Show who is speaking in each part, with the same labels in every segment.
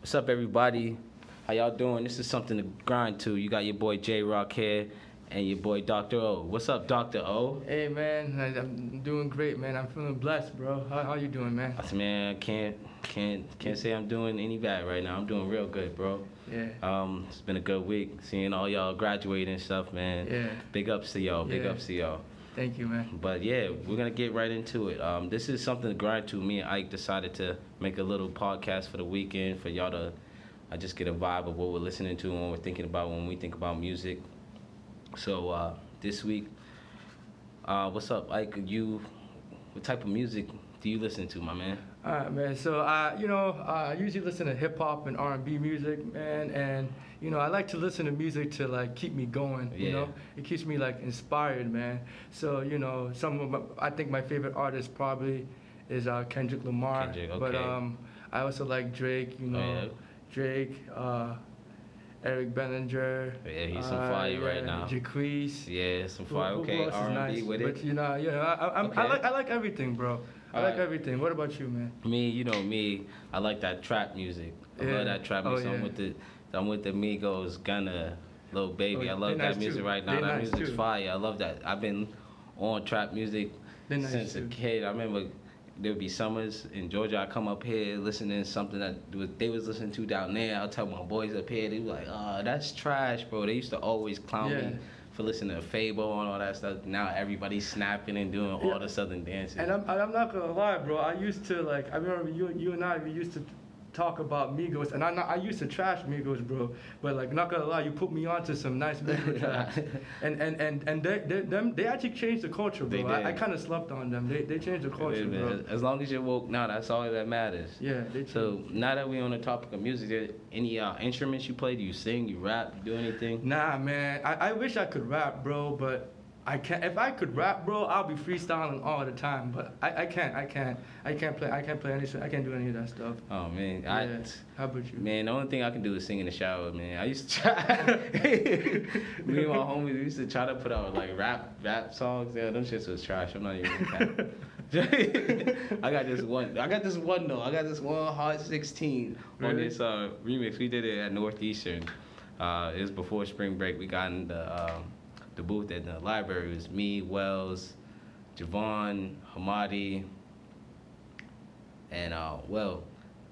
Speaker 1: What's up, everybody? How y'all doing? This is something to grind to. You got your boy J Rock here and your boy Dr. O. What's up, Dr. O?
Speaker 2: Hey man, I, I'm doing great, man. I'm feeling blessed, bro. How, how you doing, man?
Speaker 1: I said, man, I can't can't can't say I'm doing any bad right now. I'm doing real good, bro.
Speaker 2: Yeah.
Speaker 1: Um, it's been a good week seeing all y'all graduate and stuff, man.
Speaker 2: Yeah.
Speaker 1: Big ups to y'all. Big
Speaker 2: Yeah.
Speaker 1: ups to y'all.
Speaker 2: Thank you, man.
Speaker 1: But yeah, we're gonna get right into it. Um, this is something to grind to. Me and Ike decided to make a little podcast for the weekend for y'all to, I just get a vibe of what we're listening to and what we're thinking about when we think about music. So uh, this week, uh, what's up, Ike? You, what type of music do you listen to, my man?
Speaker 2: All right, man. So I, you know, uh, I usually listen to hip hop and R and B music, man. And you know, I like to listen to music to like keep me going. You
Speaker 1: Yeah.
Speaker 2: know, it keeps me like inspired, man. So you know, some of my, I think my favorite artist probably is uh, Kendrick Lamar.
Speaker 1: Kendrick,
Speaker 2: But
Speaker 1: okay.
Speaker 2: um, I also like Drake. You
Speaker 1: Oh,
Speaker 2: know,
Speaker 1: yeah.
Speaker 2: Drake, uh, Eric Bellinger. Uh,
Speaker 1: Yeah, he's on fire right now.
Speaker 2: Jacquees.
Speaker 1: Yeah, some
Speaker 2: Who-
Speaker 1: fire.
Speaker 2: who
Speaker 1: Okay,
Speaker 2: else is
Speaker 1: R and B
Speaker 2: nice?
Speaker 1: with
Speaker 2: But
Speaker 1: it.
Speaker 2: you know, yeah, I, I, I'm- I
Speaker 1: Okay.
Speaker 2: like I like everything, bro. I like
Speaker 1: Alright.
Speaker 2: everything. What about you, man?
Speaker 1: Me, you know me. I like that trap music. I
Speaker 2: Yeah.
Speaker 1: love that trap
Speaker 2: Oh,
Speaker 1: music. I'm
Speaker 2: yeah.
Speaker 1: with the, I'm with the Migos, Gunna, Lil Baby.
Speaker 2: Oh,
Speaker 1: I love
Speaker 2: they
Speaker 1: that
Speaker 2: nice
Speaker 1: music
Speaker 2: too.
Speaker 1: right now.
Speaker 2: They
Speaker 1: that
Speaker 2: nice
Speaker 1: music's
Speaker 2: too.
Speaker 1: fire. I love that. I've been on trap music
Speaker 2: They nice
Speaker 1: since a
Speaker 2: too.
Speaker 1: kid. I remember there'd be summers in Georgia. I come up here listening to something that was, they was listening to down there. I'll tell my boys up here. They were like, "Oh, that's trash, bro." They used to always clown
Speaker 2: Yeah.
Speaker 1: me. For listening to Fable and all that stuff, now everybody's snapping and doing all
Speaker 2: Yeah.
Speaker 1: the southern dances.
Speaker 2: And I'm, and I'm not gonna lie, bro. I used to like. I remember you, you and I. We used to talk about Migos, and I, I used to trash Migos, bro. But like, not gonna lie, you put me onto some nice Migos tracks. And and and and they, they them they actually changed the culture, bro.
Speaker 1: They
Speaker 2: I,
Speaker 1: did.
Speaker 2: I kind of slept on them. They they changed the
Speaker 1: Wait
Speaker 2: culture,
Speaker 1: a minute.
Speaker 2: bro.
Speaker 1: As long as you're woke now, that's all that matters.
Speaker 2: Yeah, they changed.
Speaker 1: So now that we're on the topic of music, there any uh, instruments you play? Do you sing? You rap? You do anything?
Speaker 2: Nah, man. I, I wish I could rap, bro, but I can't. If I could rap, bro, I'll be freestyling all the time. But I, I can't. I can't. I can't play. I can't play any. I can't do any of that stuff.
Speaker 1: Oh man,
Speaker 2: Yeah.
Speaker 1: I
Speaker 2: How about you?
Speaker 1: man, the only thing I can do is sing in the shower, man. I used to try. Me and my homies we used to try to put out like rap rap songs. Yeah, them shits was trash. I'm not even. gonna cap. I got this one. I got this one though. I got this one hard 16 on
Speaker 2: Really?
Speaker 1: this uh, remix. We did it at Northeastern. Uh, it was before spring break. We got in the um, the booth at the library. It was me, Wells, Javon, Hamadi, and uh, well,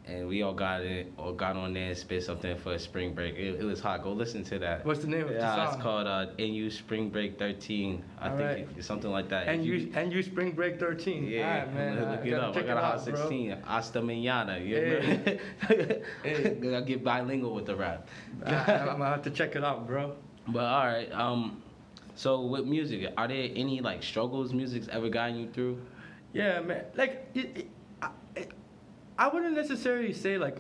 Speaker 1: and we all got it or got on there and spit something for spring break. It, it was hot. Go listen to that.
Speaker 2: What's the name of
Speaker 1: yeah,
Speaker 2: the
Speaker 1: it's
Speaker 2: song?
Speaker 1: called uh, NU Spring Break 13. I
Speaker 2: All
Speaker 1: think
Speaker 2: right.
Speaker 1: it- it's something like that.
Speaker 2: and
Speaker 1: If
Speaker 2: you, and you Spring Break 13.
Speaker 1: yeah,
Speaker 2: All right, man.
Speaker 1: Look,
Speaker 2: I-
Speaker 1: look
Speaker 2: I
Speaker 1: it
Speaker 2: gotta
Speaker 1: up. I
Speaker 2: check
Speaker 1: got a
Speaker 2: out,
Speaker 1: hot
Speaker 2: bro.
Speaker 1: 16. Hasta mañana. You
Speaker 2: Hey.
Speaker 1: remember?
Speaker 2: Hey.
Speaker 1: I get bilingual with the rap.
Speaker 2: I, I'm gonna have to check it out, bro.
Speaker 1: But all right. Um, so with music, are there any like struggles music's ever gotten you through?
Speaker 2: Yeah, man. Like, it, it, I, it, I wouldn't necessarily say like,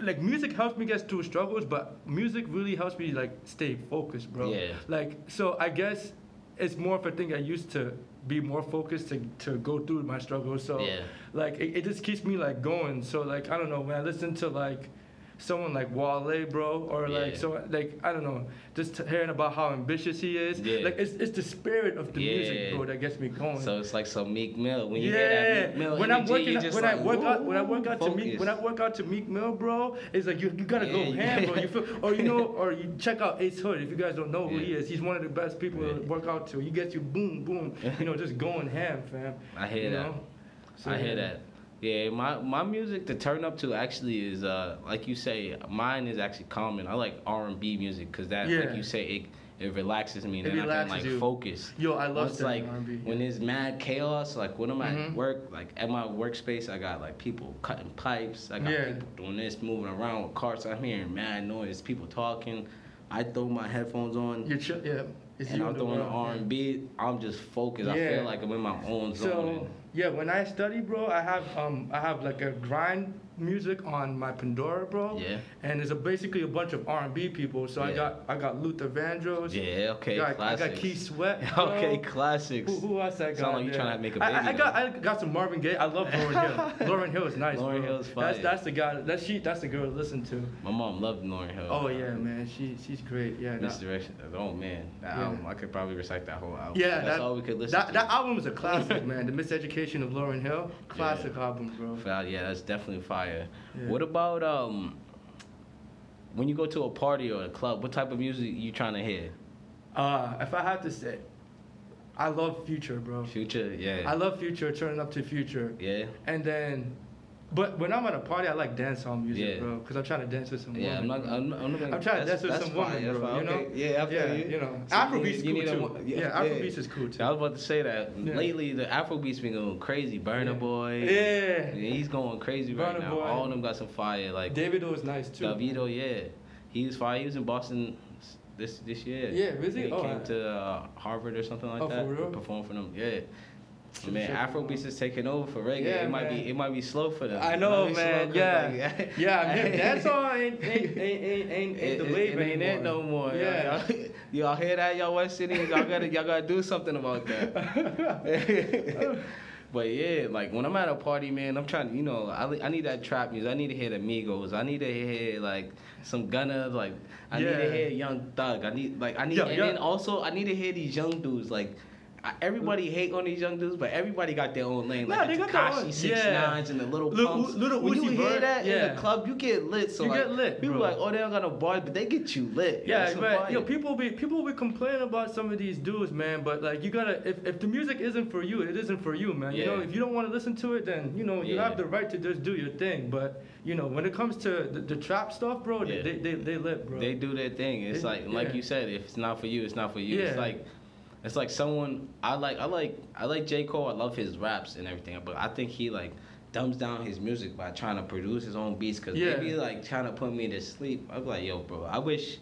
Speaker 2: like music helps me get through struggles, but music really helps me like stay focused, bro.
Speaker 1: Yeah.
Speaker 2: Like, so I guess it's more of a thing I used to be more focused to, to go through my struggles. So
Speaker 1: Yeah.
Speaker 2: like it, it just keeps me like going. So like I don't know when I listen to like someone like Wale, bro, or like
Speaker 1: Yeah.
Speaker 2: so like I don't know, just hearing about how ambitious he is.
Speaker 1: Yeah.
Speaker 2: Like it's it's the spirit of the music,
Speaker 1: Yeah.
Speaker 2: bro, that gets me going.
Speaker 1: So it's like some Meek Mill. When you hear that Meek Mill
Speaker 2: When
Speaker 1: energy,
Speaker 2: I'm working,
Speaker 1: you
Speaker 2: out-
Speaker 1: just
Speaker 2: when
Speaker 1: like,
Speaker 2: I work out, when I
Speaker 1: "Woo,
Speaker 2: work out to Meek, when I
Speaker 1: focus."
Speaker 2: work out to Meek Mill, bro, it's like you, you gotta go
Speaker 1: Yeah,
Speaker 2: ham, bro.
Speaker 1: yeah.
Speaker 2: You feel, or you know, or you check out Ace Hood. If you guys don't know who he
Speaker 1: Yeah.
Speaker 2: is, he's one of the best people to
Speaker 1: Yeah.
Speaker 2: work out to. He gets you boom, boom, you know, just going ham, fam.
Speaker 1: I hear
Speaker 2: you
Speaker 1: that.
Speaker 2: know? So,
Speaker 1: I hear
Speaker 2: yeah.
Speaker 1: that. Yeah, my my music to turn up to actually is uh like you say, mine is actually common. I like R and B music because that
Speaker 2: Yeah.
Speaker 1: like you say it it relaxes me and
Speaker 2: It
Speaker 1: then I can
Speaker 2: relaxes
Speaker 1: like
Speaker 2: you.
Speaker 1: focus.
Speaker 2: Yo, I love
Speaker 1: Once,
Speaker 2: that
Speaker 1: like
Speaker 2: R&B,
Speaker 1: when there's mad chaos, like when I'm at
Speaker 2: Mhm.
Speaker 1: work, like at my workspace, I got like people cutting pipes, I got
Speaker 2: Yeah.
Speaker 1: people doing this, moving around with carts. I'm hearing mad noise, people talking. I throw my headphones on.
Speaker 2: You're chill, yeah. It's
Speaker 1: and
Speaker 2: you
Speaker 1: I'm
Speaker 2: in the
Speaker 1: throwing the
Speaker 2: world.
Speaker 1: R and B. I'm just focused. I
Speaker 2: Yeah.
Speaker 1: feel like I'm in my own zone.
Speaker 2: So
Speaker 1: and-
Speaker 2: yeah, when I study, bro, I have um I have like a grind music on my Pandora, bro.
Speaker 1: Yeah.
Speaker 2: And it's a, basically a bunch of R and B people. So I
Speaker 1: Yeah.
Speaker 2: got I got Luther Vandross.
Speaker 1: Yeah, okay,
Speaker 2: I got, I
Speaker 1: classics.
Speaker 2: got Keith Sweat. bro.
Speaker 1: Okay, classics.
Speaker 2: Who, who else I got?
Speaker 1: Sound like you
Speaker 2: there?
Speaker 1: tryna make a
Speaker 2: I, I, I
Speaker 1: baby,
Speaker 2: got I got some Marvin Gaye. I love Lauren Hill. Lauren Hill is nice.
Speaker 1: Lauryn
Speaker 2: bro.
Speaker 1: Hill's
Speaker 2: That's
Speaker 1: fire.
Speaker 2: that's the guy. That's she. That's the girl to listen to.
Speaker 1: My mom loved Lauren Hill.
Speaker 2: Oh yeah, man. She she's great. Yeah. that-
Speaker 1: Misdirection. Oh man, that
Speaker 2: Yeah.
Speaker 1: album. I could probably recite that whole album.
Speaker 2: yeah,
Speaker 1: that's
Speaker 2: that,
Speaker 1: all we could listen
Speaker 2: that,
Speaker 1: to.
Speaker 2: That album is a classic, man. The Miseducation of Lauren Hill, classic album, bro.
Speaker 1: Well, yeah, that's definitely fire.
Speaker 2: Yeah.
Speaker 1: What about um? when you go to a party or a club, what type of music you trying to hear?
Speaker 2: Uh, if I had to say, I love Future, bro.
Speaker 1: Future, yeah,
Speaker 2: I love Future, turning up to Future.
Speaker 1: yeah,
Speaker 2: And then, but when I'm at a party, I like dancehall music,
Speaker 1: Yeah.
Speaker 2: bro, because I'm trying to dance with some
Speaker 1: yeah. I'm
Speaker 2: woman,
Speaker 1: not,
Speaker 2: bro.
Speaker 1: I'm not, I'm not gonna,
Speaker 2: I'm trying to
Speaker 1: that's-
Speaker 2: dance with
Speaker 1: that's
Speaker 2: some
Speaker 1: fine,
Speaker 2: woman,
Speaker 1: that's
Speaker 2: bro.
Speaker 1: fine,
Speaker 2: You know,
Speaker 1: okay.
Speaker 3: Yeah, I feel
Speaker 2: yeah,
Speaker 3: you.
Speaker 2: you know,
Speaker 3: So you
Speaker 2: Afrobeats
Speaker 3: need-
Speaker 2: is
Speaker 3: you
Speaker 2: cool
Speaker 3: need a
Speaker 2: too.
Speaker 3: mo-
Speaker 2: yeah,
Speaker 3: yeah,
Speaker 2: Afrobeats
Speaker 3: yeah.
Speaker 2: is cool too.
Speaker 1: I was about to say that
Speaker 2: Yeah.
Speaker 1: lately the Afrobeats been going crazy. Burner
Speaker 2: Yeah.
Speaker 1: Boy,
Speaker 2: Yeah.
Speaker 1: he's going crazy right
Speaker 2: Burna
Speaker 1: now.
Speaker 2: Boy.
Speaker 1: All of them got some fire. Like
Speaker 2: Davido is nice too.
Speaker 1: Davido, yeah, he was fire. He was in Boston s- this this year.
Speaker 2: Yeah, was he?
Speaker 1: He
Speaker 2: Oh,
Speaker 1: came
Speaker 2: I-
Speaker 1: to uh, Harvard or something like
Speaker 2: Oh, for
Speaker 1: that.
Speaker 2: real?
Speaker 1: Performed for them. Yeah.
Speaker 2: Should've
Speaker 1: Man,
Speaker 2: checked him
Speaker 1: Afrobeats
Speaker 2: out.
Speaker 1: is taking over for reggae.
Speaker 2: Yeah,
Speaker 1: it might
Speaker 2: man.
Speaker 1: be it might be slow for them.
Speaker 2: I
Speaker 1: You what
Speaker 2: know,
Speaker 1: mean? Slow,
Speaker 2: man.
Speaker 1: 'cause,
Speaker 2: Yeah,
Speaker 1: like,
Speaker 2: yeah. man, Dancehall ain't ain't ain't ain't, ain't,
Speaker 1: It,
Speaker 2: the
Speaker 1: it-
Speaker 2: wave
Speaker 1: it ain't
Speaker 2: anymore.
Speaker 1: it no more.
Speaker 2: Yeah.
Speaker 1: Yeah. Y'all, y'all hear that, y'all West Indians? Y'all gotta, y'all gotta do something about that. but yeah, like when I'm at a party, man, I'm trying to, you know, I, li- I need that trap music. I need to hear the Migos. I need to hear like some Gunna. Like I need
Speaker 2: Yeah.
Speaker 1: to hear Young Thug. I need like I need,
Speaker 2: Yo,
Speaker 1: and
Speaker 2: yo-
Speaker 1: then also I need to hear these young dudes like. I- Everybody hate on these young dudes, but everybody got their own lane.
Speaker 2: Mm. Nah,
Speaker 1: Like
Speaker 2: they
Speaker 1: the
Speaker 2: got their own-
Speaker 1: Tekashi six
Speaker 2: yeah.
Speaker 1: nines and the little
Speaker 2: Lil-
Speaker 1: pumps.
Speaker 2: Lil
Speaker 1: when you
Speaker 2: Uzi
Speaker 1: hear
Speaker 2: Vert,
Speaker 1: that in
Speaker 2: yeah.
Speaker 1: the club, you get lit. So
Speaker 2: You
Speaker 1: like,
Speaker 2: get lit,
Speaker 1: People
Speaker 2: bro.
Speaker 1: like, oh, they don't got no bars, but they get you lit.
Speaker 2: Yeah,
Speaker 1: That's some
Speaker 2: but
Speaker 1: fire.
Speaker 2: yo, people be people be complaining about some of these dudes, man. But like, you gotta if, if the music isn't for you, it isn't for you, man. You know,
Speaker 1: Yeah.
Speaker 2: if you don't want to listen to it, then you know you
Speaker 1: Yeah.
Speaker 2: have the right to just do your thing. But you know, when it comes to the, the trap stuff, bro,
Speaker 1: Yeah.
Speaker 2: they, they they lit, bro.
Speaker 1: they do their thing. It's
Speaker 2: They-
Speaker 1: like, like
Speaker 2: yeah.
Speaker 1: you said, if it's not for you, it's not for you. It's
Speaker 2: Yeah.
Speaker 1: like, it's like someone I like. I like I like J Cole. I love his raps and everything, but I think he like dumbs down his music by trying to produce his own beats. Cause
Speaker 2: Yeah.
Speaker 1: they be like trying to put me to sleep. I'm like, yo, bro, I wish.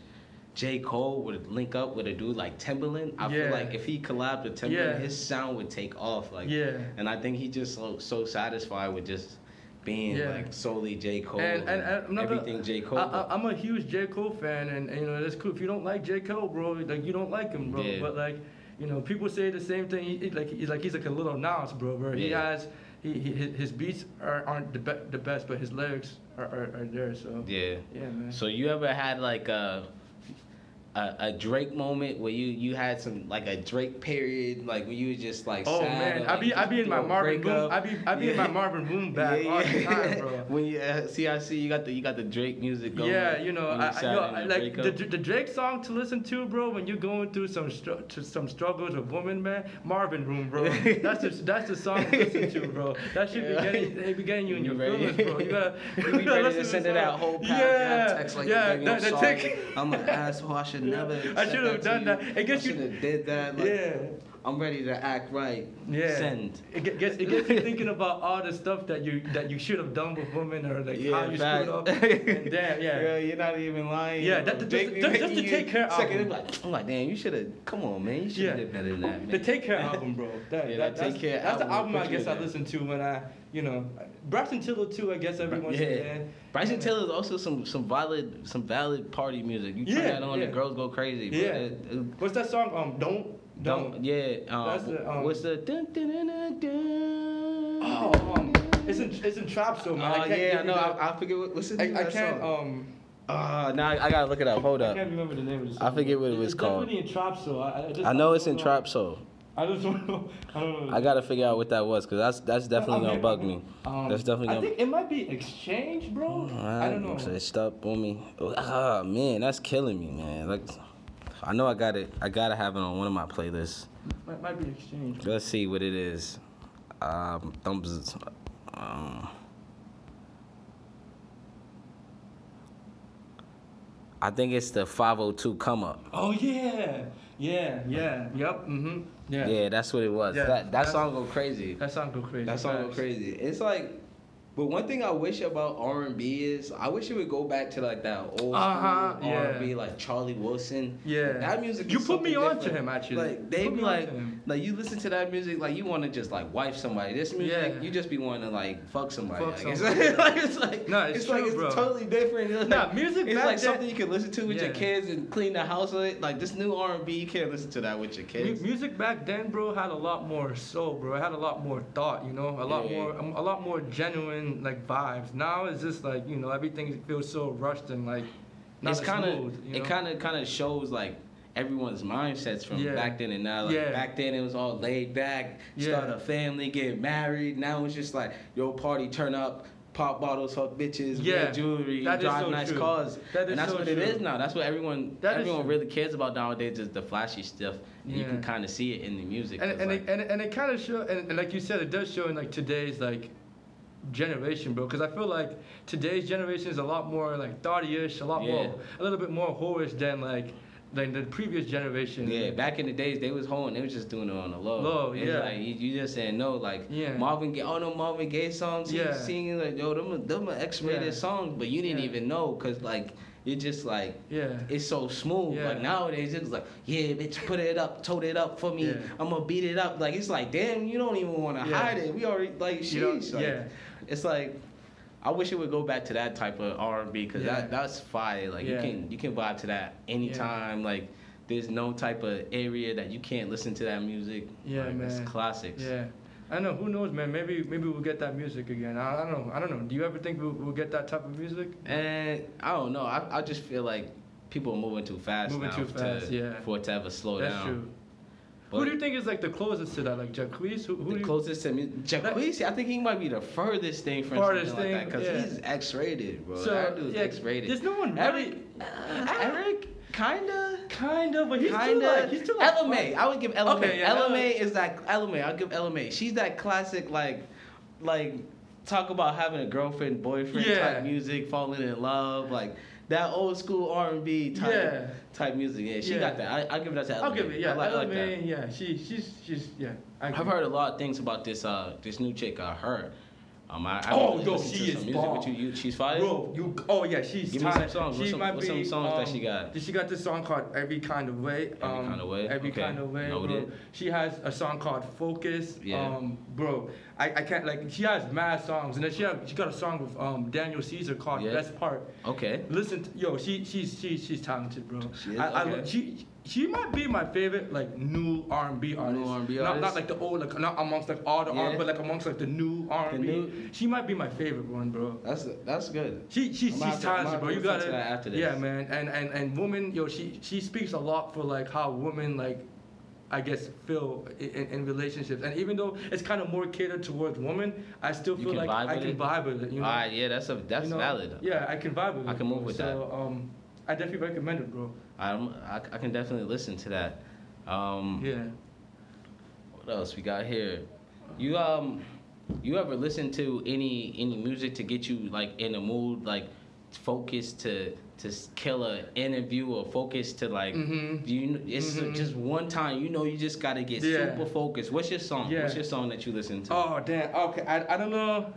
Speaker 1: J. Cole would link up with a dude like Timbaland. I
Speaker 2: Yeah.
Speaker 1: feel like if he collabed with Timbaland,
Speaker 2: Yeah.
Speaker 1: his sound would take off. Like
Speaker 2: yeah.
Speaker 1: And I think he just so, so satisfied with just being
Speaker 2: Yeah.
Speaker 1: like solely J. Cole
Speaker 2: And, and, and I'm not gonna-
Speaker 1: everything J. Cole.
Speaker 2: I, I, I'm a huge J Cole fan, and, and, you know that's cool. If you don't like J Cole, bro, like you don't like him, bro.
Speaker 1: Yeah.
Speaker 2: But like, you know, people say the same thing. He, he- like he's like he's like a little Nas, bro. Where he
Speaker 1: Yeah.
Speaker 2: has he, he his his beats are, aren't the, be- the best, but his lyrics are, are, are there. So
Speaker 1: yeah.
Speaker 2: yeah, man.
Speaker 1: So you ever had like a, a a Drake moment where you you had some like a Drake period like when you were just like
Speaker 2: Oh
Speaker 1: sad
Speaker 2: man,
Speaker 1: or,
Speaker 2: I
Speaker 1: like,
Speaker 2: be I
Speaker 1: just
Speaker 2: be in my
Speaker 1: through a
Speaker 2: Marvin Boom,
Speaker 1: breakup?
Speaker 2: I be I be in my
Speaker 1: Yeah.
Speaker 2: Marvin Boom bag
Speaker 1: Yeah,
Speaker 2: all the
Speaker 1: yeah.
Speaker 2: time, bro.
Speaker 1: when you uh, see I see you got the you got the Drake music going.
Speaker 2: Yeah,
Speaker 1: like,
Speaker 2: you know,
Speaker 1: when you're
Speaker 2: I, I,
Speaker 1: sad
Speaker 2: yo,
Speaker 1: and
Speaker 2: I-
Speaker 1: you
Speaker 2: like
Speaker 1: break
Speaker 2: the,
Speaker 1: up.
Speaker 2: the Drake song to listen to, bro. When you're going through some str- to some struggles of woman, man, Marvin Room, bro. That's the that's the song to listen to, bro. That should
Speaker 1: Yeah.
Speaker 2: be getting they be getting you in
Speaker 1: You
Speaker 2: your
Speaker 1: ready-
Speaker 2: feelings, bro. You gotta you
Speaker 1: You
Speaker 2: gotta
Speaker 1: be ready
Speaker 2: listen
Speaker 1: to send
Speaker 2: this
Speaker 1: it out
Speaker 2: song.
Speaker 1: whole paragraph
Speaker 2: Yeah,
Speaker 1: text like
Speaker 2: yeah.
Speaker 1: yeah,
Speaker 2: that-
Speaker 1: I'm,
Speaker 2: that
Speaker 1: sorry.
Speaker 2: take-
Speaker 1: I'm an asshole. I should never.
Speaker 2: I
Speaker 1: said
Speaker 2: should've
Speaker 1: to
Speaker 2: done
Speaker 1: you.
Speaker 2: that. It gets
Speaker 1: I
Speaker 2: you-
Speaker 1: should have did that. Like,
Speaker 2: yeah.
Speaker 1: I'm ready to act right.
Speaker 2: Yeah.
Speaker 1: Send.
Speaker 2: It ge- gets it gets you thinking about all the stuff that you that you should have done with women or like how you
Speaker 1: fact.
Speaker 2: screwed up. And damn, yeah.
Speaker 1: Girl, you're not even lying. E
Speaker 2: Yeah, that- that-
Speaker 1: Drake be
Speaker 2: just- just to
Speaker 1: making
Speaker 2: take
Speaker 1: you
Speaker 2: care of
Speaker 1: second,
Speaker 2: him.
Speaker 1: like, I'm like, damn, you should have. Come on, man, you should have
Speaker 2: Yeah.
Speaker 1: did better than that, man.
Speaker 2: The Take Care album, bro. That,
Speaker 1: Yeah,
Speaker 2: that,
Speaker 1: that Take
Speaker 2: that's,
Speaker 1: Care
Speaker 2: that's the
Speaker 1: album
Speaker 2: album
Speaker 1: will
Speaker 2: I
Speaker 1: put you
Speaker 2: guess I
Speaker 1: there.
Speaker 2: listen to when I, you know, Braxton Tiller too. I guess every once in a
Speaker 1: yeah.
Speaker 2: while.
Speaker 1: Bryson Taylor's also some some valid some valid party music. You turn
Speaker 2: Yeah,
Speaker 1: that on,
Speaker 2: yeah.
Speaker 1: the girls go crazy. Bro.
Speaker 2: Yeah.
Speaker 1: It- it-
Speaker 2: What's that song? Um, don't
Speaker 1: don't,
Speaker 2: don't.
Speaker 1: yeah. Um,
Speaker 2: That's the, um,
Speaker 1: what's the? Dun, dun, dun, dun, dun.
Speaker 2: Oh, um, it's in it's in trap so man.
Speaker 1: Oh,
Speaker 2: I can't
Speaker 1: yeah, I
Speaker 2: give you
Speaker 1: know.
Speaker 2: the-
Speaker 1: I, I forget what, what's the name
Speaker 2: I, I
Speaker 1: of that
Speaker 2: can't
Speaker 1: song.
Speaker 2: um.
Speaker 1: Ah, now I, I gotta look it up. Hold
Speaker 2: I
Speaker 1: up.
Speaker 2: can't remember the name of the
Speaker 1: I
Speaker 2: song.
Speaker 1: forget what it was
Speaker 2: it's
Speaker 1: called.
Speaker 2: Definitely in trap so I, I, just,
Speaker 1: I know it's
Speaker 2: don't
Speaker 1: in Trap Soul.
Speaker 2: I just don't know. I don't know.
Speaker 1: I gotta figure out what that was, cause that's that's definitely gonna bug me.
Speaker 2: Um,
Speaker 1: That's definitely
Speaker 2: I
Speaker 1: gonna.
Speaker 2: think it might be exchange, bro. I don't know.
Speaker 1: So stop on me. Ah man, that's killing me, man. Like, I know I got it. I gotta have it on one of my playlists.
Speaker 2: Might, might be exchange.
Speaker 1: Let's see what it is. Um, thumbs. Um, I think it's the 502 come up.
Speaker 2: Oh yeah, yeah, yeah. Yep. Mhm.
Speaker 1: Yeah, that's what it was.
Speaker 2: Yeah,
Speaker 1: that that
Speaker 2: that's-
Speaker 1: song go crazy.
Speaker 2: That song go crazy.
Speaker 1: That song
Speaker 2: Facts.
Speaker 1: go crazy. It's like, but one thing I wish about R and B is I wish it would go back to like that old
Speaker 2: Uh-huh,
Speaker 1: school
Speaker 2: yeah.
Speaker 1: R and B, like Charlie Wilson.
Speaker 2: Yeah.
Speaker 1: that music.
Speaker 2: You
Speaker 1: is
Speaker 2: put me
Speaker 1: something
Speaker 2: on to
Speaker 1: different.
Speaker 2: him, actually.
Speaker 1: Like they
Speaker 2: Put
Speaker 1: be
Speaker 2: me on
Speaker 1: like,
Speaker 2: to him.
Speaker 1: like you listen to that music, like you want to just like wife somebody. This music,
Speaker 2: Yeah.
Speaker 1: you just be wanting to like fuck somebody.
Speaker 2: Fuck
Speaker 1: I guess.
Speaker 2: somebody.
Speaker 1: like, it's like
Speaker 2: Nah, it's
Speaker 1: like
Speaker 2: true,
Speaker 1: it's
Speaker 2: bro.
Speaker 1: totally different. It's
Speaker 2: Nah,
Speaker 1: like-
Speaker 2: music
Speaker 1: It's
Speaker 2: back
Speaker 1: like
Speaker 2: then-
Speaker 1: something you can listen to with
Speaker 2: Yeah.
Speaker 1: your kids and clean the house with. Like this new R and B, you can't listen to that with your
Speaker 2: Mu-
Speaker 1: kids.
Speaker 2: music back then, bro, had a lot more soul, bro. It had a lot more thought, you know, a lot
Speaker 1: Yeah.
Speaker 2: more, um, a lot more genuine like vibes. Now it's just like you know everything feels so rushed and like. Not
Speaker 1: it's kind of
Speaker 2: smooth, you
Speaker 1: it
Speaker 2: know?
Speaker 1: kind of kind of shows like everyone's mindsets from
Speaker 2: Yeah.
Speaker 1: back then and now. Like
Speaker 2: Yeah.
Speaker 1: back then it was all laid back,
Speaker 2: Yeah.
Speaker 1: start a family, get married. Now it's just like yo party, turn up, pop bottles, fuck bitches, wear
Speaker 2: Yeah.
Speaker 1: jewelry,
Speaker 2: That is
Speaker 1: drive
Speaker 2: so
Speaker 1: nice
Speaker 2: true.
Speaker 1: cars.
Speaker 2: That is
Speaker 1: and that's
Speaker 2: so
Speaker 1: what it
Speaker 2: true.
Speaker 1: is now. That's what everyone
Speaker 2: That is
Speaker 1: everyone
Speaker 2: true.
Speaker 1: really cares about nowadays is the flashy stuff. And you
Speaker 2: Yeah.
Speaker 1: can kind of see it in the music.
Speaker 2: and
Speaker 1: 'cause,
Speaker 2: and,
Speaker 1: like,
Speaker 2: it, and it- and it kind of show and, and like you said, it does show in like today's like generation, bro. Because I feel like today's generation is a lot more like thirty-ish, a lot
Speaker 1: Yeah.
Speaker 2: more, a little bit more whorish than like than the previous generation.
Speaker 1: Yeah, back in the days they was hoeing, they was just doing it on the low.
Speaker 2: Low,
Speaker 1: It's
Speaker 2: yeah.
Speaker 1: Like you, you just saying no, like
Speaker 2: Yeah.
Speaker 1: Marvin Gaye, all them Marvin Gaye songs he
Speaker 2: Yeah.
Speaker 1: was singing, like yo, them them are X-rated
Speaker 2: Yeah.
Speaker 1: songs, but you didn't
Speaker 2: Yeah.
Speaker 1: even know, cause like you just like
Speaker 2: Yeah.
Speaker 1: it's so smooth.
Speaker 2: Yeah.
Speaker 1: Like nowadays, it's like, yeah, bitch, put it up, tote it up for me.
Speaker 2: Yeah.
Speaker 1: I'm gonna beat it up. Like it's like, damn, you don't even want to
Speaker 2: Yeah.
Speaker 1: hide it. We already like,
Speaker 2: You don't-
Speaker 1: sheesh. Like,
Speaker 2: yeah.
Speaker 1: It's like, I wish it would go back to that type of R&B because
Speaker 2: Yeah.
Speaker 1: that that's fire. Like you
Speaker 2: Yeah.
Speaker 1: can you can vibe to that anytime. Like there's no type of area that you can't listen to that music.
Speaker 2: Yeah,
Speaker 1: like, It's
Speaker 2: man.
Speaker 1: classics.
Speaker 2: Yeah. I know. Who knows, man? Maybe maybe we'll get that music again. I, I don't know. I don't know. Do you ever think we'll, we'll get that type of music?
Speaker 1: And I don't know. I, I just feel like people are moving too fast
Speaker 2: Moving
Speaker 1: now
Speaker 2: too
Speaker 1: to-
Speaker 2: fast, yeah.
Speaker 1: for it to ever slow
Speaker 2: That's
Speaker 1: down.
Speaker 2: true.
Speaker 1: But-
Speaker 2: who do you think is like the closest to that? Like Jacquees? Who, who do
Speaker 1: the
Speaker 2: you,
Speaker 1: closest to me, Jacquees. I think he might be the furthest thing from
Speaker 2: Farthest
Speaker 1: something like that
Speaker 2: thing,
Speaker 1: because
Speaker 2: yeah.
Speaker 1: he's X-rated, bro. that dude's
Speaker 2: yeah,
Speaker 1: X-rated.
Speaker 2: There's no one
Speaker 1: Eric,
Speaker 2: really-
Speaker 1: uh, Eric, kinda,
Speaker 2: Kind of, but he's
Speaker 1: kinda.
Speaker 2: too like he's too like
Speaker 1: LMA. I would give LMA.
Speaker 2: Okay, yeah,
Speaker 1: LMA is that LMA. I'll give LMA. She's that classic like, like talk about having a girlfriend, boyfriend
Speaker 2: Yeah.
Speaker 1: type music, falling in love, like that old school R&B type
Speaker 2: Yeah.
Speaker 1: type music. Yeah, she
Speaker 2: Yeah.
Speaker 1: got that. I, I'll give it that to LMA.
Speaker 2: I'll give it.
Speaker 1: I
Speaker 2: Yeah,
Speaker 1: like, I like that.
Speaker 2: LMA, yeah. She, she's, she's, yeah. I
Speaker 1: I've
Speaker 2: agree.
Speaker 1: heard a lot of things about this uh this new chick I heard. Um, I, I
Speaker 2: Oh,
Speaker 1: really
Speaker 2: yo,
Speaker 1: listened to
Speaker 2: she
Speaker 1: some
Speaker 2: is
Speaker 1: music,
Speaker 2: bomb.
Speaker 1: but you, you she's fire.
Speaker 2: Bro, you. Oh yeah, she's.
Speaker 1: Give me some
Speaker 2: tight.
Speaker 1: songs. What's some- what's some songs that she got?
Speaker 2: um, She got this song called "Every Kind of Way." um,
Speaker 1: Every Kind of Way?
Speaker 2: Every
Speaker 1: Okay,
Speaker 2: kind of way, bro.
Speaker 1: noted.
Speaker 2: She has a song called "Focus."
Speaker 1: Yeah.
Speaker 2: Um, bro, I, I can't like. She has mad songs, and then she have, she got a song with um Daniel Caesar called
Speaker 1: Yeah.
Speaker 2: "Best Part."
Speaker 1: Okay.
Speaker 2: Listen, to, yo, she she's she, she's talented, bro.
Speaker 1: She is?
Speaker 2: I, I, lo-
Speaker 1: Okay.
Speaker 2: she she might be my favorite like new R and B artist.
Speaker 1: R&B
Speaker 2: not,
Speaker 1: artist?
Speaker 2: Not like the old, like not amongst like all the
Speaker 1: Yeah.
Speaker 2: R, but like amongst like the new R and B.
Speaker 1: new-
Speaker 2: She might be my favorite one, bro.
Speaker 1: That's that's good.
Speaker 2: She, she
Speaker 1: I'm
Speaker 2: she's
Speaker 1: gonna have to- I'm
Speaker 2: talented,
Speaker 1: gonna
Speaker 2: bro.
Speaker 1: have
Speaker 2: You
Speaker 1: to listen
Speaker 2: gotta.
Speaker 1: to that after this.
Speaker 2: Yeah, man. And and and woman, yo, she she speaks a lot for like how women like, I guess feel i- in, in relationships. And even though it's kind of more catered towards women, I still
Speaker 1: You
Speaker 2: feel
Speaker 1: can
Speaker 2: like
Speaker 1: vibe
Speaker 2: I
Speaker 1: with
Speaker 2: can
Speaker 1: it?
Speaker 2: vibe with it. You know.
Speaker 1: Alright, Ah, yeah, that's a that's
Speaker 2: You know?
Speaker 1: valid.
Speaker 2: Yeah, I can vibe with it.
Speaker 1: I can move
Speaker 2: bro.
Speaker 1: with
Speaker 2: so, um, I definitely recommend it, bro.
Speaker 1: I'm, I I can definitely listen to that. Um,
Speaker 2: Yeah.
Speaker 1: What else we got here? You um, you ever listen to any any music to get you like in a mood like focused to to s- kill a interview or focused to like
Speaker 2: Mhm.
Speaker 1: you kn- it's
Speaker 2: Mhm.
Speaker 1: just one time you know you just gotta get
Speaker 2: Yeah.
Speaker 1: super focused. What's your song?
Speaker 2: Yeah.
Speaker 1: What's your song that you listen to?
Speaker 2: Oh damn. Okay. I, I don't know.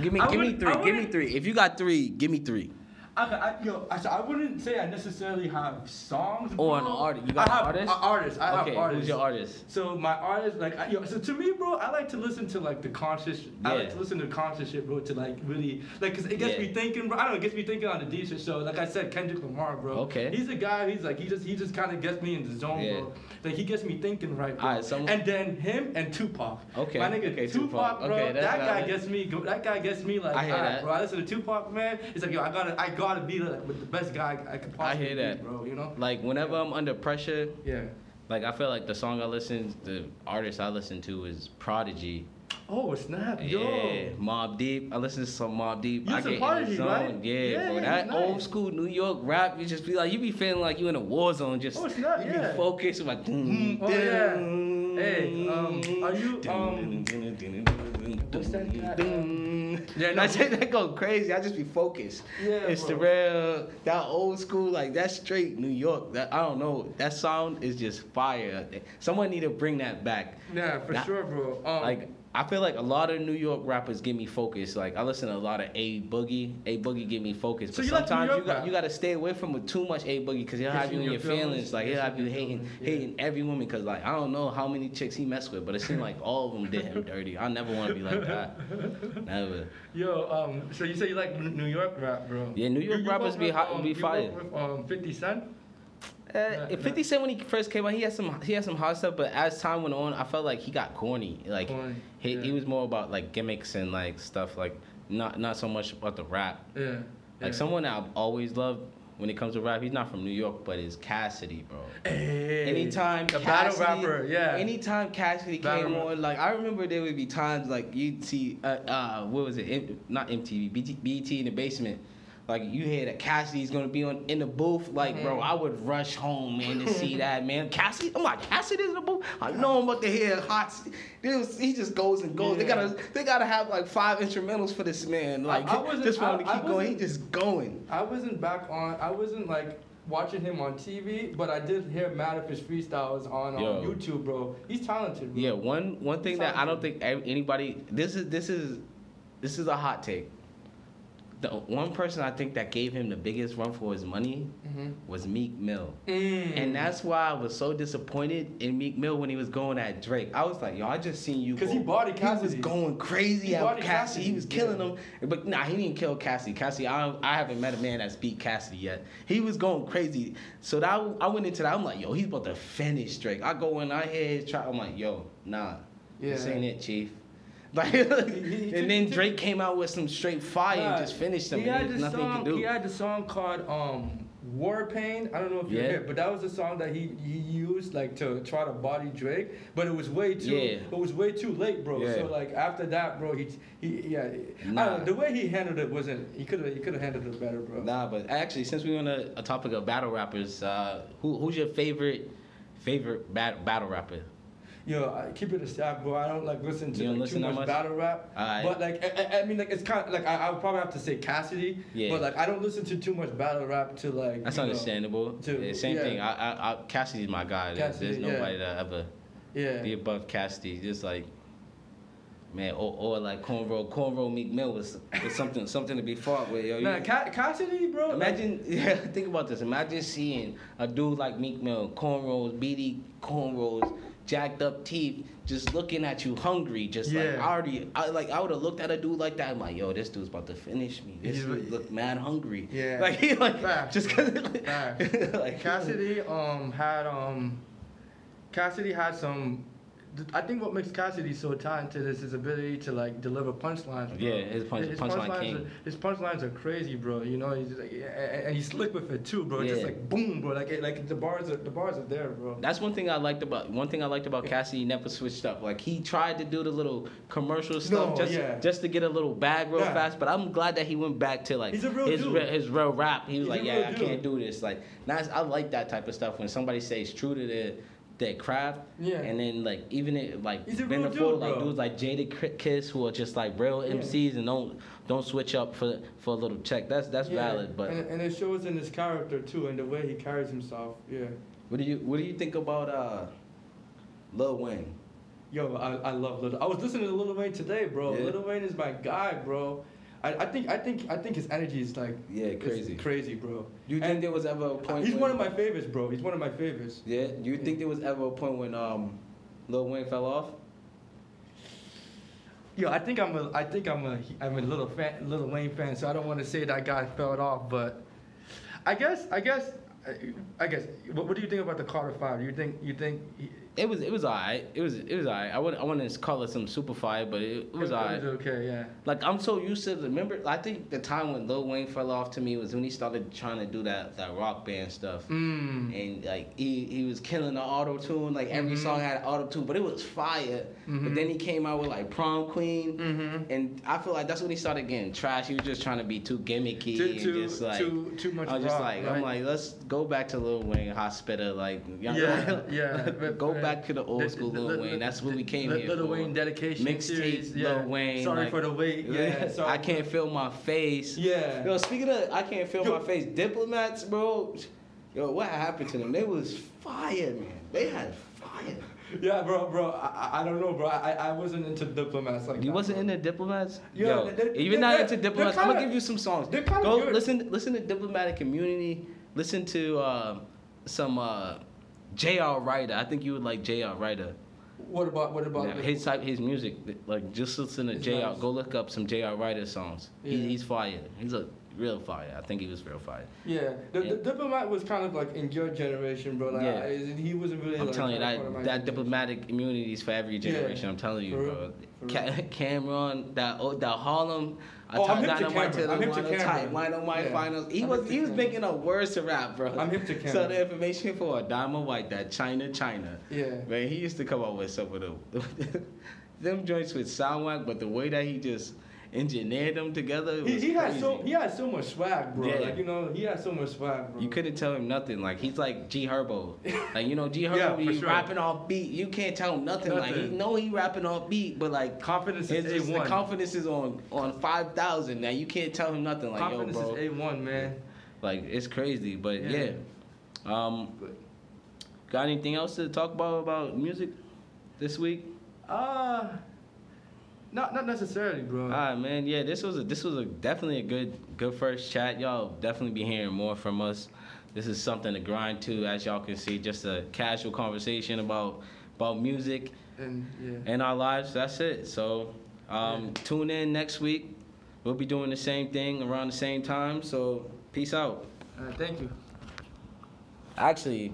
Speaker 1: Give me,
Speaker 2: I
Speaker 1: give me
Speaker 2: wouldn't-
Speaker 1: three.
Speaker 2: I
Speaker 1: Give me
Speaker 2: wouldn't-
Speaker 1: three. If you got three, give me three.
Speaker 2: Okay. I, yo, I, so I wouldn't say I necessarily have songs.
Speaker 1: Or an
Speaker 2: bro.
Speaker 1: artist. You got
Speaker 2: I
Speaker 1: an
Speaker 2: have
Speaker 1: artist?
Speaker 2: a- artists. I
Speaker 1: okay,
Speaker 2: have artists.
Speaker 1: who's your artist?
Speaker 2: So my artist, like, I, yo, so to me, bro, I like to listen to like the conscious. I
Speaker 1: Yeah.
Speaker 2: like to listen to conscious shit, bro, to like really, like, cause it gets
Speaker 1: Yeah.
Speaker 2: me thinking, bro. I don't know, it gets me thinking on the decent show. Like I said, Kendrick Lamar, bro.
Speaker 1: Okay.
Speaker 2: He's a guy. He's like, he just, he just kind of gets me in the zone,
Speaker 1: Yeah.
Speaker 2: bro. Like he gets me thinking, right? Bro.
Speaker 1: Alright, some-
Speaker 2: and then him and Tupac.
Speaker 1: Okay,
Speaker 2: My nigga,
Speaker 1: okay,
Speaker 2: Tupac,
Speaker 1: Tupac.
Speaker 2: bro.
Speaker 1: Okay, that's
Speaker 2: that guy
Speaker 1: valid.
Speaker 2: gets me. go- That guy gets me like,
Speaker 1: I hear
Speaker 2: alright,
Speaker 1: that.
Speaker 2: bro. I listen to Tupac, man. It's like, yo, I gotta, I gotta be like with the best guy I could
Speaker 1: I
Speaker 2: possibly
Speaker 1: hear that.
Speaker 2: be, bro. You know?
Speaker 1: Like whenever I'm under pressure,
Speaker 2: Yeah.
Speaker 1: like I feel like the song I listen, the artist I listen to is Prodigy.
Speaker 2: Oh snap, yo.
Speaker 1: Yeah, Mob Deep. I listen to some Mob Deep.
Speaker 2: You
Speaker 1: I
Speaker 2: some
Speaker 1: get in the
Speaker 2: Prodigy,
Speaker 1: zone.
Speaker 2: right?
Speaker 1: Yeah,
Speaker 2: Yeah,
Speaker 1: bro.
Speaker 2: yeah,
Speaker 1: That
Speaker 2: nice.
Speaker 1: old school New York rap, you just be like, you be feeling like you in a war zone. Just
Speaker 2: Oh, snap,
Speaker 1: you
Speaker 2: yeah.
Speaker 1: be focused. Like,
Speaker 2: Mm, oh, yeah. Hey, um, are you, um, what's that guy, um,
Speaker 1: yeah,
Speaker 2: Yeah,
Speaker 1: no,
Speaker 2: no.
Speaker 1: that go crazy. I just be focused.
Speaker 2: Yeah,
Speaker 1: it's the
Speaker 2: bro.
Speaker 1: real that old school like that straight New York. That I don't know. That sound is just fire. Someone need to bring that back.
Speaker 2: Yeah, for
Speaker 1: Nah.
Speaker 2: sure, bro. Um,
Speaker 1: Like I feel like a lot of New York rappers give me focus. Like I listen to a lot of A Boogie. A Boogie give me focus.
Speaker 2: So
Speaker 1: But
Speaker 2: you like New
Speaker 1: sometimes
Speaker 2: York
Speaker 1: you got
Speaker 2: rap?
Speaker 1: you got to stay away from with too much A Boogie because he'll
Speaker 2: Gets
Speaker 1: have you in your feelings. Like he'll
Speaker 2: Gets
Speaker 1: have
Speaker 2: in
Speaker 1: you
Speaker 2: your
Speaker 1: hating
Speaker 2: feelings, yeah.
Speaker 1: hating every woman because like I don't know how many chicks he messed with, but it seemed like all of them did him dirty. I never want to be like that. Never.
Speaker 2: yo, um, so you say you like New York rap, bro?
Speaker 1: Yeah, New
Speaker 2: You-
Speaker 1: York
Speaker 2: you
Speaker 1: rappers
Speaker 2: work
Speaker 1: be
Speaker 2: with,
Speaker 1: hot-
Speaker 2: um,
Speaker 1: be
Speaker 2: you
Speaker 1: fire.
Speaker 2: work With, um, 50 Cent.
Speaker 1: Uh,
Speaker 2: Nah,
Speaker 1: if
Speaker 2: nah.
Speaker 1: 50 Cent when he first came out, he had some he had some hot stuff, but as time went on, I felt like he got corny. Like
Speaker 2: Corny,
Speaker 1: he, he
Speaker 2: yeah.
Speaker 1: was more about like gimmicks and like stuff like not not so much about the rap.
Speaker 2: Yeah.
Speaker 1: Like
Speaker 2: yeah.
Speaker 1: someone I've always loved when it comes to rap. He's not from New York, but it's Cassidy, bro.
Speaker 2: Hey,
Speaker 1: Anytime
Speaker 2: a
Speaker 1: Cassidy,
Speaker 2: battle rapper, yeah.
Speaker 1: Anytime Cassidy
Speaker 2: Battle
Speaker 1: came
Speaker 2: rap-
Speaker 1: on, like I remember there would be times like you'd see, uh, uh what was it? M- not MTV, BT, BT in the basement. Like you hear that Cassidy's gonna be on in the booth, like bro, I would rush home man to see that man. Cassidy, I'm like Cassidy's in the booth. I know I'm about to hear hot. s- This, he just goes and goes. They
Speaker 2: Yeah.
Speaker 1: gotta they gotta have like five instrumentals for this man. Like
Speaker 2: I wasn't-
Speaker 1: just want him to
Speaker 2: I- I
Speaker 1: keep going. He
Speaker 2: wasn't-
Speaker 1: just going.
Speaker 2: I wasn't back on. I wasn't like watching him on TV, but I did hear mad of his freestyles on, on
Speaker 1: Yo.
Speaker 2: YouTube, bro. He's talented. Bro.
Speaker 1: Yeah, one one thing that I don't think ev- anybody this is this is this is a hot take. The one person I think that gave him the biggest run for his money
Speaker 2: Mhm.
Speaker 1: was Meek Mill.
Speaker 2: Mm.
Speaker 1: And that's why I was so disappointed in Meek Mill when he was going at Drake. I was like, yo, I just seen you.
Speaker 2: 'Cause
Speaker 1: go-
Speaker 2: he bodied
Speaker 1: He
Speaker 2: Cassidy.
Speaker 1: was going crazy
Speaker 2: He
Speaker 1: at
Speaker 2: bodied
Speaker 1: Cassidy. He
Speaker 2: Cassidy,
Speaker 1: was killing
Speaker 2: yeah.
Speaker 1: him. But nah, he didn't kill Cassidy. Cassidy, I, don't- I haven't met a man that's beat Cassidy yet. He was going crazy. So that I went into that. I'm like, yo, he's about to finish Drake. I go in, I hear his track. I'm like, yo, nah. This
Speaker 2: Yeah.
Speaker 1: ain't it, Chief. Like,
Speaker 2: he
Speaker 1: and then
Speaker 2: took-
Speaker 1: Drake came out with some straight fire
Speaker 2: Nah,
Speaker 1: and just finished him.
Speaker 2: He
Speaker 1: and
Speaker 2: had
Speaker 1: there's
Speaker 2: the
Speaker 1: nothing
Speaker 2: song.
Speaker 1: he could do.
Speaker 2: He had the song called um, "War Pain." I don't know if you
Speaker 1: Yeah.
Speaker 2: heard, but that was the song that he, he used like to try to body Drake. But it was way too.
Speaker 1: Yeah.
Speaker 2: It was way too late, bro.
Speaker 1: Yeah.
Speaker 2: So like after that, bro, he he yeah. I
Speaker 1: Nah.
Speaker 2: don't know, the way he handled it wasn't. He could have he could have handled it better, bro.
Speaker 1: Nah, but actually, since we on a, a topic of battle rappers, uh, who who's your favorite favorite bat, battle rapper?
Speaker 2: Yo, I keep it a stack, bro. I don't like listen to
Speaker 1: You don't
Speaker 2: like,
Speaker 1: listen
Speaker 2: too
Speaker 1: that
Speaker 2: much,
Speaker 1: much?
Speaker 2: battle rap.
Speaker 1: Alright.
Speaker 2: But like, I, I- I mean, like it's kind of like I, I would probably have to say Cassidy.
Speaker 1: Yeah.
Speaker 2: But like, I don't listen to too much battle rap to like.
Speaker 1: That's
Speaker 2: you know-
Speaker 1: understandable.
Speaker 2: Dude,
Speaker 1: Yeah, same
Speaker 2: yeah.
Speaker 1: thing. I, I, I Cassidy's my guy. There's-
Speaker 2: Cassidy,
Speaker 1: There's
Speaker 2: yeah.
Speaker 1: nobody that ever
Speaker 2: Yeah.
Speaker 1: be above Cassidy. Just like man, or, or like cornrow, cornrow Meek Mill was, was something something to be fought with. Yo, You-
Speaker 2: Nah, Ca- Cassidy, bro. like,
Speaker 1: Imagine, yeah, think about this. Imagine seeing a dude like Meek Mill, cornrows, beady cornrows, jacked up teeth, just looking at you hungry. Just like
Speaker 2: Yeah.
Speaker 1: I already, I, like I would have looked at a dude like that. I'm like, yo, this dude's about to finish me. This
Speaker 2: He's-
Speaker 1: dude look mad hungry.
Speaker 2: Yeah.
Speaker 1: like he like
Speaker 2: Facts,
Speaker 1: just cause
Speaker 2: Facts.
Speaker 1: like
Speaker 2: Cassidy um had um Cassidy had some th- I think what makes Cassidy so talented is his ability to like deliver punchlines. bro.
Speaker 1: Yeah, his punch- punchline
Speaker 2: punchlines
Speaker 1: king.
Speaker 2: Are, his punchlines are crazy, bro. You know, he's like, a- a- and he's slick with it too, bro. Just
Speaker 1: Yeah.
Speaker 2: like boom, bro. Like it, like the bars are the bars are there, bro.
Speaker 1: That's one thing I liked about one thing I liked about Cassidy. He never switched up. Like he tried to do the little commercial stuff
Speaker 2: No,
Speaker 1: just
Speaker 2: yeah.
Speaker 1: just to get a little bag real
Speaker 2: Yeah.
Speaker 1: fast. But I'm glad that he went back to like
Speaker 2: He's a real
Speaker 1: his
Speaker 2: dude.
Speaker 1: re- his real rap. He was
Speaker 2: He's
Speaker 1: like,
Speaker 2: a
Speaker 1: yeah,
Speaker 2: real
Speaker 1: I
Speaker 2: dude.
Speaker 1: can't do this. Like that's I like that type of stuff when somebody stays true to their their craft.
Speaker 2: Yeah.
Speaker 1: And then like even it like
Speaker 2: He's a
Speaker 1: been
Speaker 2: real
Speaker 1: before
Speaker 2: dude,
Speaker 1: like
Speaker 2: bro.
Speaker 1: dudes like Jaded Cri- Kiss who are just like real
Speaker 2: Yeah.
Speaker 1: MCs and don't don't switch up for for a little check. That's that's
Speaker 2: Yeah,
Speaker 1: valid. But
Speaker 2: and, and it shows in his character too, and the way he carries himself. Yeah.
Speaker 1: what do you what do you think about uh Lil Wayne?
Speaker 2: Yo, I, I love Lil. I was listening to Lil Wayne today, bro.
Speaker 1: Yeah.
Speaker 2: Lil Wayne is my guy, bro. I, I think I think I think his energy is like
Speaker 1: Yeah,
Speaker 2: it's
Speaker 1: crazy.
Speaker 2: crazy, bro.
Speaker 1: Do you think
Speaker 2: And
Speaker 1: there was ever a point?
Speaker 2: he's
Speaker 1: when,
Speaker 2: one of my favorites, bro. He's one of my favorites.
Speaker 1: Yeah. Do you think there was ever a point when um, Lil Wayne fell off?
Speaker 2: Yo, I think I'm a I think I'm a I'm a little fan, little Wayne fan, so I don't want to say that guy fell off, but I guess I guess I guess what, what do you think about the Carter Five? You think you think he,
Speaker 1: It was. It was alright. It was. It was alright. I wouldn't. I wouldn't call it some super fire, but it, it was alright.
Speaker 2: okay, yeah.
Speaker 1: Like I'm so used to. Remember, I think the time when Lil Wayne fell off to me was when he started trying to do that that rock band stuff.
Speaker 2: Mm.
Speaker 1: And like he, he was killing the auto tune, like every
Speaker 2: Mhm.
Speaker 1: song had auto tune, but it was fire. But then he came out with like prom queen,
Speaker 2: Mhm.
Speaker 1: and I feel like that's when he started getting trash. He was just trying to be too gimmicky
Speaker 2: Too
Speaker 1: and
Speaker 2: too,
Speaker 1: just like
Speaker 2: too too much.
Speaker 1: I was just
Speaker 2: rock,
Speaker 1: like, I'm
Speaker 2: right?
Speaker 1: like, let's go back to Lil Wayne Hospital, like, y'all
Speaker 2: Yeah,
Speaker 1: know?
Speaker 2: yeah. but-
Speaker 1: go
Speaker 2: but-
Speaker 1: back to the old
Speaker 2: Th-
Speaker 1: school
Speaker 2: th-
Speaker 1: Lil
Speaker 2: th-
Speaker 1: Wayne.
Speaker 2: th-
Speaker 1: That's what we came
Speaker 2: Lil-
Speaker 1: here
Speaker 2: Lil
Speaker 1: for.
Speaker 2: Wayne dedication
Speaker 1: Mixtape,
Speaker 2: series.
Speaker 1: Lil
Speaker 2: Yeah.
Speaker 1: Wayne,
Speaker 2: Sorry
Speaker 1: like-
Speaker 2: for the wait. Yeah. sorry
Speaker 1: I
Speaker 2: for-
Speaker 1: can't feel my face.
Speaker 2: Yeah.
Speaker 1: Yo, speaking of, I can't feel
Speaker 2: Yo.
Speaker 1: my face. Diplomats, bro. Yo, what happened to them? They was fire, man. They had fire.
Speaker 2: Yeah, bro, bro. I, I- I don't know, bro. I, I I wasn't into diplomats like
Speaker 1: You
Speaker 2: that,
Speaker 1: wasn't
Speaker 2: bro.
Speaker 1: into diplomats.
Speaker 2: Yo,
Speaker 1: Yo,
Speaker 2: they- they-
Speaker 1: even
Speaker 2: they-
Speaker 1: not
Speaker 2: they-
Speaker 1: into
Speaker 2: they're
Speaker 1: diplomats. I'm gonna
Speaker 2: kinda-
Speaker 1: give you some songs.
Speaker 2: they're kinda
Speaker 1: Go
Speaker 2: good.
Speaker 1: listen. Listen to diplomatic community. Listen to uh, some uh, J.R. Ryder. I think you would like J.R. Ryder.
Speaker 2: What about what about
Speaker 1: Yeah,
Speaker 2: the-
Speaker 1: his type, his music, like just listen to
Speaker 2: It's
Speaker 1: J.R.
Speaker 2: nice.
Speaker 1: Go look up some J.R. Ryder songs. He,
Speaker 2: Yeah.
Speaker 1: he's fire. He's a real fire. I think he was real fire.
Speaker 2: Yeah, the, the
Speaker 1: Yeah.
Speaker 2: diplomat was kind of like in your generation, bro. Like,
Speaker 1: Yeah.
Speaker 2: I, he wasn't really.
Speaker 1: I'm
Speaker 2: like,
Speaker 1: telling you that
Speaker 2: kind of part of my
Speaker 1: that
Speaker 2: generation.
Speaker 1: diplomatic immunity is for every
Speaker 2: Yeah.
Speaker 1: generation. I'm telling you,
Speaker 2: For real.
Speaker 1: bro.
Speaker 2: For
Speaker 1: Ca- Cameron, that oh, that Harlem. I
Speaker 2: Oh, I'm
Speaker 1: told-
Speaker 2: hip to
Speaker 1: Dynamite
Speaker 2: Cameron. I'm
Speaker 1: the
Speaker 2: hip to
Speaker 1: Wino
Speaker 2: Cameron.
Speaker 1: type, Wino White
Speaker 2: Yeah.
Speaker 1: finals. He
Speaker 2: I'm
Speaker 1: was
Speaker 2: hip to
Speaker 1: he was
Speaker 2: Cameron.
Speaker 1: making up words to rap, bro.
Speaker 2: I'm hip to
Speaker 1: So
Speaker 2: Cameron.
Speaker 1: the information for Adama White, that China China.
Speaker 2: Yeah.
Speaker 1: Man, he used to come up with some of them. them joints with soundwhack, but the way that he just engineered them together. it
Speaker 2: He,
Speaker 1: was
Speaker 2: he had
Speaker 1: crazy.
Speaker 2: so he had so much swag, bro.
Speaker 1: Yeah.
Speaker 2: Like you know, he had so much swag, bro.
Speaker 1: You couldn't tell him nothing. Like he's like G Herbo. Like you know G Herbo
Speaker 2: Yeah,
Speaker 1: be
Speaker 2: for sure.
Speaker 1: rapping off beat. You can't tell him nothing. Like he
Speaker 2: Nothing.
Speaker 1: know he rapping off beat, but like
Speaker 2: confidence
Speaker 1: it's
Speaker 2: is
Speaker 1: just
Speaker 2: a
Speaker 1: the
Speaker 2: one.
Speaker 1: confidence is on on five thousand. Now you can't tell him nothing. Like
Speaker 2: confidence
Speaker 1: yo, bro.
Speaker 2: is a one, man.
Speaker 1: like it's crazy, but yeah.
Speaker 2: Yeah.
Speaker 1: Um, got anything else to talk about about music this week?
Speaker 2: Uh not not necessarily, bro.
Speaker 1: All right, man. Yeah, this was a, this was a, definitely a good good first chat. Y'all definitely be hearing more from us. This is something to grind to, as y'all can see. Just a casual conversation about about music
Speaker 2: and yeah.
Speaker 1: and our lives. That's it. So um, tune in next week. We'll be doing the same thing around the same time. So peace out.
Speaker 2: Uh, thank you.
Speaker 1: Actually,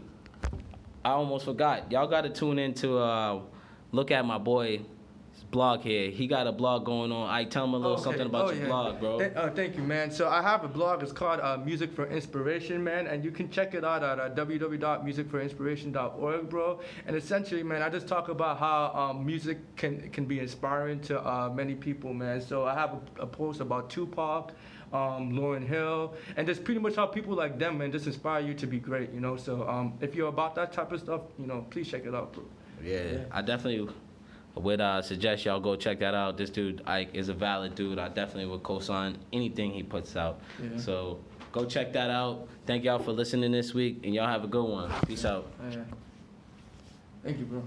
Speaker 1: I almost forgot. Y'all got to tune in to uh, look at my boy. Blog here. He got a blog going on. I tell him a little
Speaker 2: Okay.
Speaker 1: something about
Speaker 2: Oh,
Speaker 1: your
Speaker 2: yeah.
Speaker 1: blog, bro.
Speaker 2: Th- oh, thank you, man. So I have a blog. It's called uh, Music for Inspiration, man, and you can check it out at uh, www.musicforinspiration.org, bro. And essentially, man, I just talk about how um, music can can be inspiring to uh, many people, man. So I have a, a post about Tupac, um, Lauren Hill, and just pretty much how people like them, man, just inspire you to be great, you know. So um, if you're about that type of stuff, you know, please check it out, bro.
Speaker 1: Yeah, I definitely would uh, suggest y'all go check that out. This dude Ike is a valid dude. I definitely would co-sign anything he puts out.
Speaker 2: Yeah.
Speaker 1: So go check that out. Thank y'all for listening this week, and y'all have a good one. Peace out.
Speaker 2: Yeah. Thank you, bro.